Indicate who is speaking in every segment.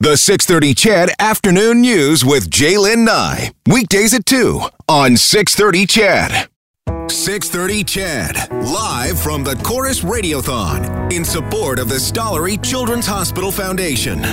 Speaker 1: The 630 Chad Afternoon News with Jaylen Nye. Weekdays at 2 on 630 Chad. 630 Chad, live from the Chorus Radiothon in support of the Stollery Children's Hospital Foundation.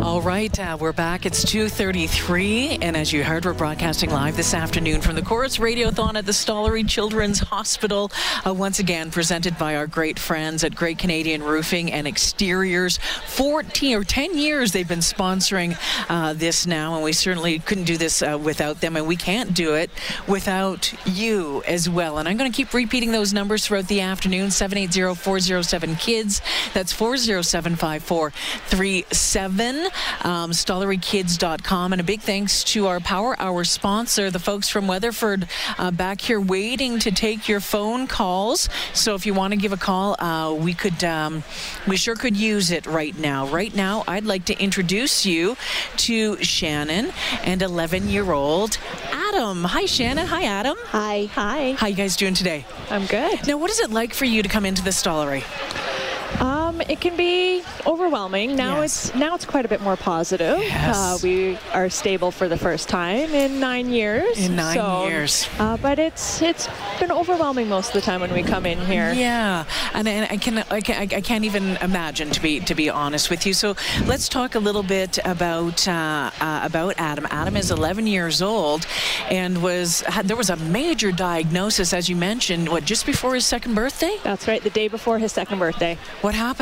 Speaker 2: All right, uh, we're back. It's 2:33, and as you heard, we're broadcasting live this afternoon from the Chorus Radiothon at the Stollery Children's Hospital. Uh, once again, presented by our great friends at Great Canadian Roofing and Exteriors. 14 or 10 years they've been sponsoring uh, this now, and we certainly couldn't do this uh, without them, and we can't do it without you as well. And I'm going to keep repeating those numbers throughout the afternoon: 780-407-KIDS. That's 407-5437 um, StolleryKids.com. And a big thanks to our Power Hour sponsor, the folks from Weatherford, uh, back here waiting to take your phone calls. So if you want to give a call, uh, we could, um, we sure could use it right now. Right now, I'd like to introduce you to Shannon and 11-year-old Adam. Hi, Shannon. Hi, Adam.
Speaker 3: Hi. Hi.
Speaker 2: How you guys doing today?
Speaker 3: I'm good.
Speaker 2: Now, what is it like for you to come into the Stollery?
Speaker 3: Um, it can be overwhelming. Now
Speaker 2: Yes.
Speaker 3: it's now it's quite a bit more positive.
Speaker 2: Yes.
Speaker 3: Uh, we are stable for the first time in nine years.
Speaker 2: In nine
Speaker 3: so,
Speaker 2: years.
Speaker 3: Uh, but it's it's been overwhelming most of the time when we come in here.
Speaker 2: Yeah, and, and I can I can I can't even imagine to be to be honest with you. So let's talk a little bit about uh, uh, about Adam. Adam is 11 years old, and was had, there was a major diagnosis as you mentioned. What just before his second birthday?
Speaker 3: That's right. The day before his second birthday,
Speaker 2: What happened?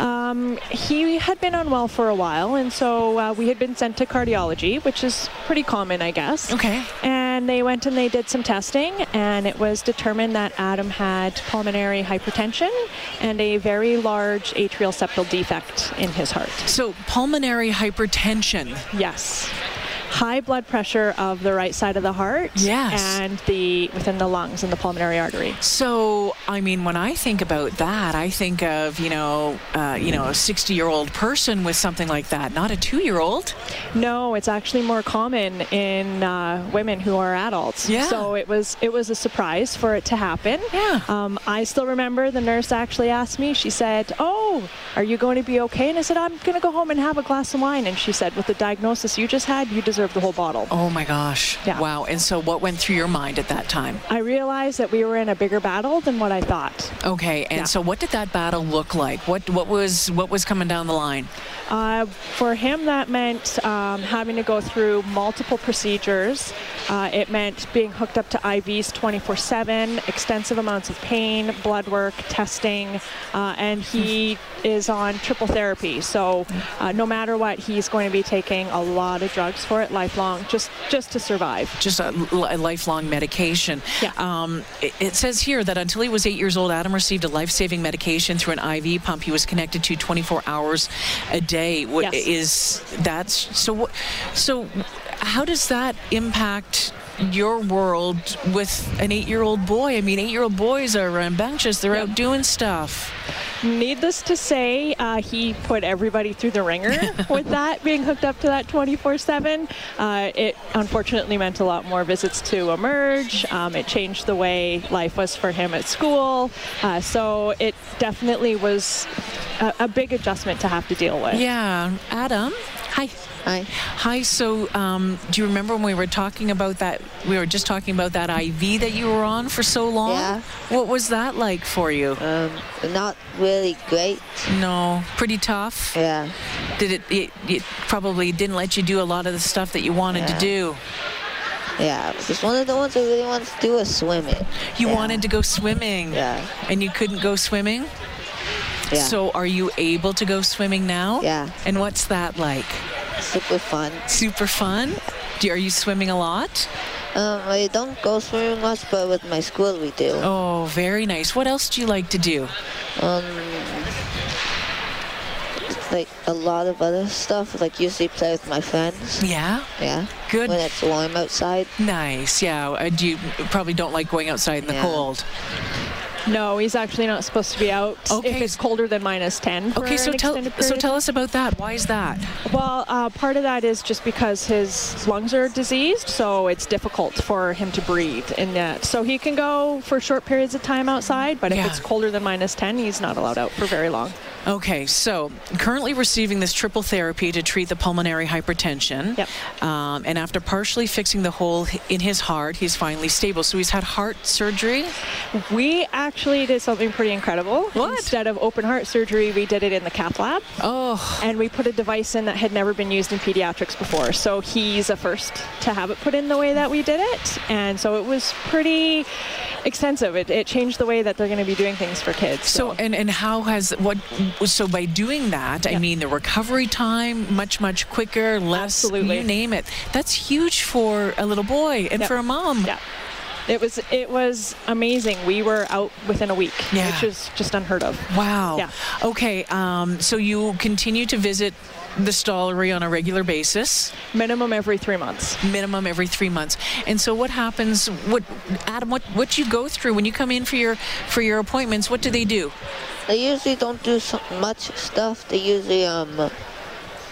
Speaker 3: um, he had been unwell for a while, and so uh, we had been sent to cardiology, which is pretty common, I guess.
Speaker 2: Okay.
Speaker 3: And they went and they did some testing, and it was determined that Adam had pulmonary hypertension and a very large atrial septal defect in his heart.
Speaker 2: So pulmonary hypertension.
Speaker 3: Yes. High blood pressure of the right side of the heart
Speaker 2: Yes.
Speaker 3: and the within the lungs and the pulmonary artery.
Speaker 2: So, I mean, when I think about that, I think of you know, uh, you know, a 60-year-old person with something like that, not a two-year-old.
Speaker 3: No, it's actually more common in uh, women who are adults.
Speaker 2: Yeah.
Speaker 3: So it was it was a surprise for it to happen.
Speaker 2: Yeah.
Speaker 3: Um, I still remember the nurse actually asked me. She said, "Oh, are you going to be okay?" And I said, "I'm going to go home and have a glass of wine." And she said, "With the diagnosis you just had, you deserve the whole bottle."
Speaker 2: Oh my gosh.
Speaker 3: Yeah.
Speaker 2: Wow. And so what went through your mind at that time?
Speaker 3: I realized that we were in a bigger battle than what I thought.
Speaker 2: Okay. And
Speaker 3: Yeah.
Speaker 2: so what did that battle look like? What what was what was coming down the line?
Speaker 3: Uh, for him, that meant um, having to go through multiple procedures. Uh, it meant being hooked up to IVs 24 7, extensive amounts of pain, blood work, testing, uh, and he is on triple therapy. So, uh, no matter what, he's going to be taking a lot of drugs for it lifelong just, just to survive.
Speaker 2: Just a, l- a lifelong medication.
Speaker 3: Yeah.
Speaker 2: Um, it, it says here that until he was eight years old, Adam received a life-saving medication through an IV pump he was connected to 24 hours a day. What
Speaker 3: Yes.
Speaker 2: is that's so? What, so how does that impact? Your world with an eight-year-old boy. I mean, eight-year-old boys are rambunctious. They're out doing stuff.
Speaker 3: Needless to say, uh, he put everybody through the ringer with that being hooked up to that 24/7. Uh, it unfortunately meant a lot more visits to emerge. Um, it changed the way life was for him at school. Uh, so it definitely was a, a big adjustment to have to deal with.
Speaker 2: Yeah, Adam. Hi.
Speaker 4: Hi.
Speaker 2: Hi. So, um, do you remember when we were talking about that? We were just talking about that IV that you were on for so long.
Speaker 4: Yeah.
Speaker 2: What was that like for you?
Speaker 4: Um, not really great.
Speaker 2: No, pretty tough.
Speaker 4: Yeah.
Speaker 2: Did it, it? It probably didn't let you do a lot of the stuff that you wanted to
Speaker 4: Yeah.
Speaker 2: do.
Speaker 4: Yeah. Just one of the ones I really wanted to do was swimming.
Speaker 2: You
Speaker 4: Yeah.
Speaker 2: wanted to go swimming.
Speaker 4: Yeah.
Speaker 2: And you couldn't go swimming.
Speaker 4: Yeah.
Speaker 2: So, are you able to go swimming now?
Speaker 4: Yeah.
Speaker 2: And what's that like?
Speaker 4: Super fun.
Speaker 2: Super fun. Do, are you swimming a lot?
Speaker 4: Um, I don't go swimming much, but with my school we do.
Speaker 2: Oh, very nice. What else do you like to do?
Speaker 4: Um, like a lot of other stuff. Like usually play with my friends.
Speaker 2: Yeah.
Speaker 4: Yeah.
Speaker 2: Good.
Speaker 4: When it's warm outside.
Speaker 2: Nice. Yeah. Uh, do you probably don't like going outside in the
Speaker 4: Yeah.
Speaker 2: cold?
Speaker 3: No, he's actually not supposed to be out
Speaker 2: Okay.
Speaker 3: if it's colder than minus 10. for
Speaker 2: Okay. So
Speaker 3: an
Speaker 2: tell
Speaker 3: extended
Speaker 2: so
Speaker 3: period.
Speaker 2: tell us about that. Why is that?
Speaker 3: Well, uh, part of that is just because his lungs are diseased, so it's difficult for him to breathe in that. So he can go for short periods of time outside, but
Speaker 2: Yeah.
Speaker 3: if it's colder than minus 10, he's not allowed out for very long.
Speaker 2: Okay, so currently receiving this triple therapy to treat the pulmonary hypertension.
Speaker 3: Yep.
Speaker 2: Um, and after partially fixing the hole in his heart, he's finally stable. So he's had heart surgery.
Speaker 3: We actually did something pretty incredible.
Speaker 2: What?
Speaker 3: Instead of open heart surgery, we did it in the cath lab.
Speaker 2: Oh,
Speaker 3: And we put a device in that had never been used in pediatrics before. So he's a first to have it put in the way that we did it. And so it was pretty extensive. It, it changed the way that they're going to be doing things for kids.
Speaker 2: so and and how has what? So by doing that, I
Speaker 3: Yeah.
Speaker 2: mean the recovery time much much quicker, less.
Speaker 3: Absolutely.
Speaker 2: You name it. That's huge for a little boy and
Speaker 3: Yep.
Speaker 2: for a mom.
Speaker 3: yeah. It was it was amazing. We were out within a week,
Speaker 2: Yeah.
Speaker 3: which is just unheard of.
Speaker 2: Wow.
Speaker 3: Yeah.
Speaker 2: Okay. Um, so you continue to visit the stallery on a regular basis,
Speaker 3: Minimum every three months.
Speaker 2: minimum every three months. And so what happens? What Adam? What what you go through when you come in for your for your appointments? What do they do?
Speaker 4: They usually don't do so much stuff. They usually um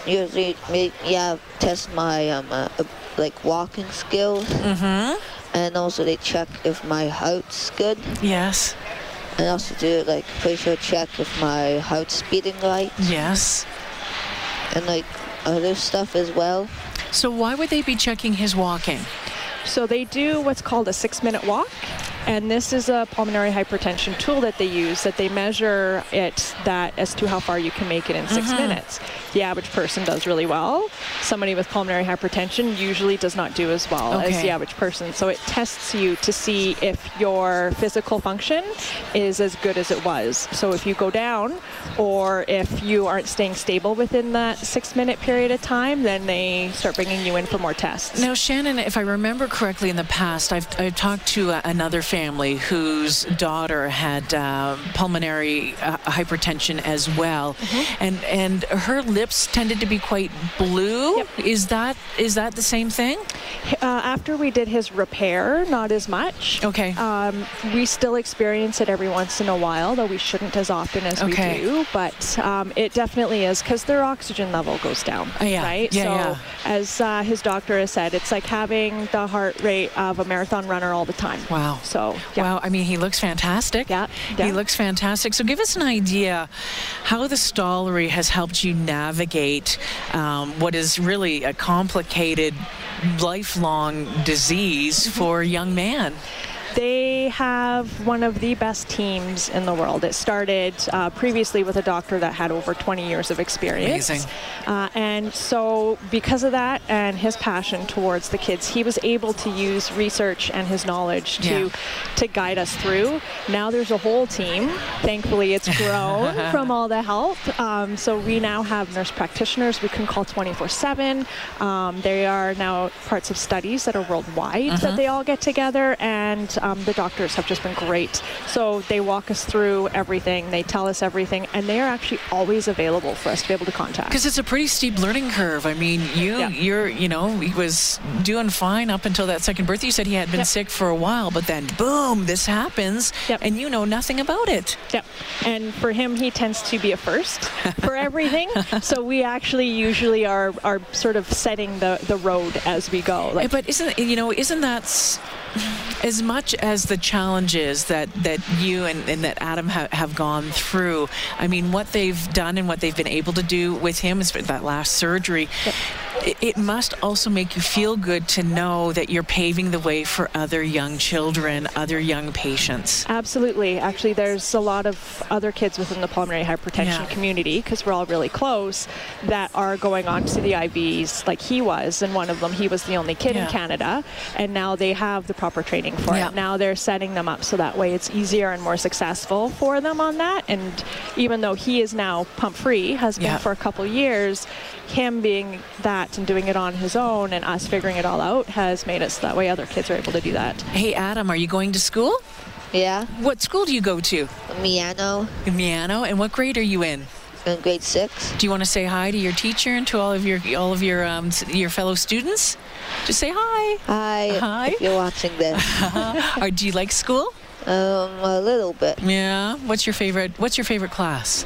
Speaker 4: usually make yeah test my um uh, uh, like walking skills. Mm-hmm. And also they check if my heart's good.
Speaker 2: Yes.
Speaker 4: And also do like facial check if my heart's beating right
Speaker 2: Yes.
Speaker 4: and like other stuff as well.
Speaker 2: So why would they be checking his walking?
Speaker 3: So they do what's called a six minute walk. And this is a pulmonary hypertension tool that they use that they measure it that as to how far you can make it in 6 minutes. The average person does really well. Somebody with pulmonary hypertension usually does not do as well as
Speaker 2: Okay.
Speaker 3: the average person. So it tests you to see if your physical function is as good as it was. So if you go down or if you aren't staying stable within that six minute period of time, then they start bringing you in for more tests.
Speaker 2: Now, Shannon, if I remember correctly, in the past, I've, I've talked to uh, another family whose daughter had uh, pulmonary uh, hypertension as well,
Speaker 3: Mm-hmm.
Speaker 2: and and her lips tended to be quite blue.
Speaker 3: Yep.
Speaker 2: Is that is that the same thing?
Speaker 3: Uh, after we did his repair, not as much.
Speaker 2: Okay.
Speaker 3: Um, we still experience it every once in a while, though we shouldn't as often as
Speaker 2: Okay.
Speaker 3: we do. But um, it definitely is because their oxygen level goes down.
Speaker 2: Oh, yeah.
Speaker 3: Right?
Speaker 2: Yeah,
Speaker 3: so,
Speaker 2: yeah.
Speaker 3: as uh, his doctor has said, it's like having the heart rate of a marathon runner all the time.
Speaker 2: Wow.
Speaker 3: So, yeah.
Speaker 2: Wow. I mean, he looks fantastic.
Speaker 3: Yeah, yeah.
Speaker 2: He looks fantastic. So give us an idea how the stallery has helped you navigate um, what is really a complicated lifelong disease
Speaker 3: Mm-hmm.
Speaker 2: for a young man.
Speaker 3: They have one of the best teams in the world. It started uh, previously with a doctor that had over 20 years of experience.
Speaker 2: Amazing.
Speaker 3: Uh, and so, because of that and his passion towards the kids, he was able to use research and his knowledge to
Speaker 2: Yeah.
Speaker 3: to guide us through. Now there's a whole team. Thankfully, it's grown from all the help. Um, so we now have nurse practitioners we can call 24/7. Um, they are now parts of studies that are worldwide that they all get together, and um, the doctors have just been great. So they walk us through everything. They tell us everything, and they are actually always available for us to be able to contact.
Speaker 2: Because it's a pretty steep learning curve. I mean, you,
Speaker 3: Yeah.
Speaker 2: you're, you know, he was doing fine up until that second birthday. You said he had been
Speaker 3: Yep.
Speaker 2: sick for a while, but then boom, this happens,
Speaker 3: Yep.
Speaker 2: and you know nothing about it.
Speaker 3: Yep. And for him, he tends to be a first for everything. so we actually usually are, are sort of setting the, the road as we go. Like,
Speaker 2: Eh, But isn't you know isn't that s- as much as the challenges that that you and, and that Adam ha- have gone through? I mean, what they've done and what they've been able to do with him is for that last surgery. It, it must also make you feel good to know that you're paving the way for other young children, other young patients.
Speaker 3: Absolutely. Actually, there's a lot of other kids within the pulmonary hypertension
Speaker 2: Yeah.
Speaker 3: community because we're all really close that are going on to the IVs like he was. And one of them, he was the only kid
Speaker 2: Yeah.
Speaker 3: in Canada. And now they have the proper training for
Speaker 2: Yeah.
Speaker 3: it. Now they're setting them up so that way it's easier and more successful for them on that. And even though he is now pump free, has been
Speaker 2: Yeah.
Speaker 3: for a couple years, him being that and doing it on his own and us figuring it all out has made it so that way other kids are able to do that.
Speaker 2: Hey, Adam, are you going to school?
Speaker 4: Yeah,
Speaker 2: What school do you go to?
Speaker 4: Miano
Speaker 2: Miano, and what grade are you in?
Speaker 4: in grade six.
Speaker 2: Do you want to say hi to your teacher and to all of your all of your um, s- your fellow students? Just say hi.
Speaker 4: Hi.
Speaker 2: Hi.
Speaker 4: If you're watching this,
Speaker 2: or do you like school?
Speaker 4: um, a little bit.
Speaker 2: Yeah. What's your favorite? What's your favorite class?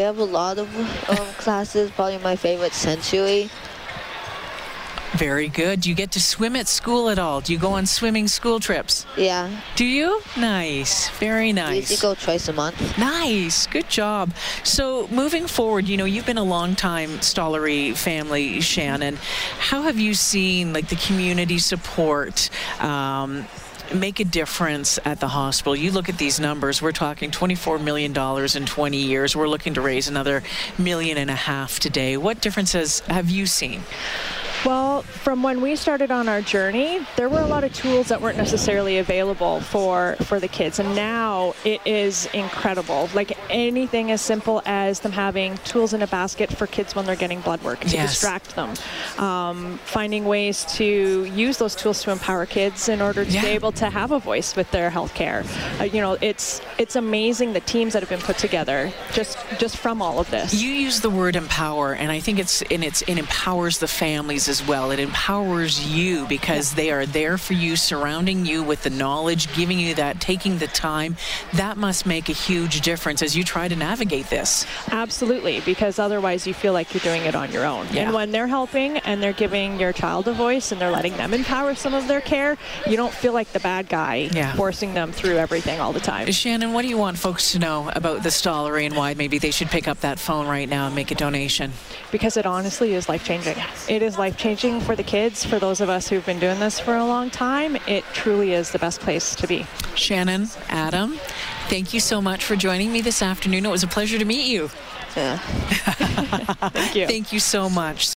Speaker 4: have a lot of um, classes. Probably my favorite sensory.
Speaker 2: Very good. Do you get to swim at school at all? Do you go on swimming school trips?
Speaker 4: Yeah.
Speaker 2: Do you? Nice. Very
Speaker 4: We
Speaker 2: nice.
Speaker 4: usually go twice a month.
Speaker 2: Nice, good job. So moving forward, you know, you've been a long time Stollery family, Shannon. How have you seen like the community support? Um, Make a difference at the hospital. You look at these numbers. We're talking $24 million in 20 years. We're looking to raise another million and a half today. What differences have you seen?
Speaker 3: Well, from when we started on our journey, there were a lot of tools that weren't necessarily available for for the kids, and now it is incredible. Like anything as simple as them having tools in a basket for kids when they're getting blood work to
Speaker 2: Yes.
Speaker 3: distract them, um, finding ways to use those tools to empower kids in order to be
Speaker 2: Yeah.
Speaker 3: able to have a voice with their healthcare. Uh, you know, it's it's amazing the teams that have been put together just just from all of this.
Speaker 2: You use the word empower, and I think it's and it's it empowers the families as well. It empowers you because they are there for you, surrounding you with the knowledge, giving you that, taking the time. That must make a huge difference as you try to navigate this.
Speaker 3: Absolutely, because otherwise you feel like you're doing it on your own.
Speaker 2: Yeah.
Speaker 3: And when they're helping and they're giving your child a voice and they're letting them empower some of their care, you don't feel like the bad guy
Speaker 2: Yeah.
Speaker 3: forcing them through everything all the time.
Speaker 2: Shannon, what do you want folks to know about the Stollery and why maybe they should pick up that phone right now and make a donation?
Speaker 3: Because it honestly is life changing. It is life changing for the kids, for those of us who've been doing this for a long time. It truly is the best place to be.
Speaker 2: Shannon, Adam, thank you so much for joining me this afternoon. It was a pleasure to meet you.
Speaker 4: Yeah.
Speaker 3: Thank you.
Speaker 2: Thank you so much.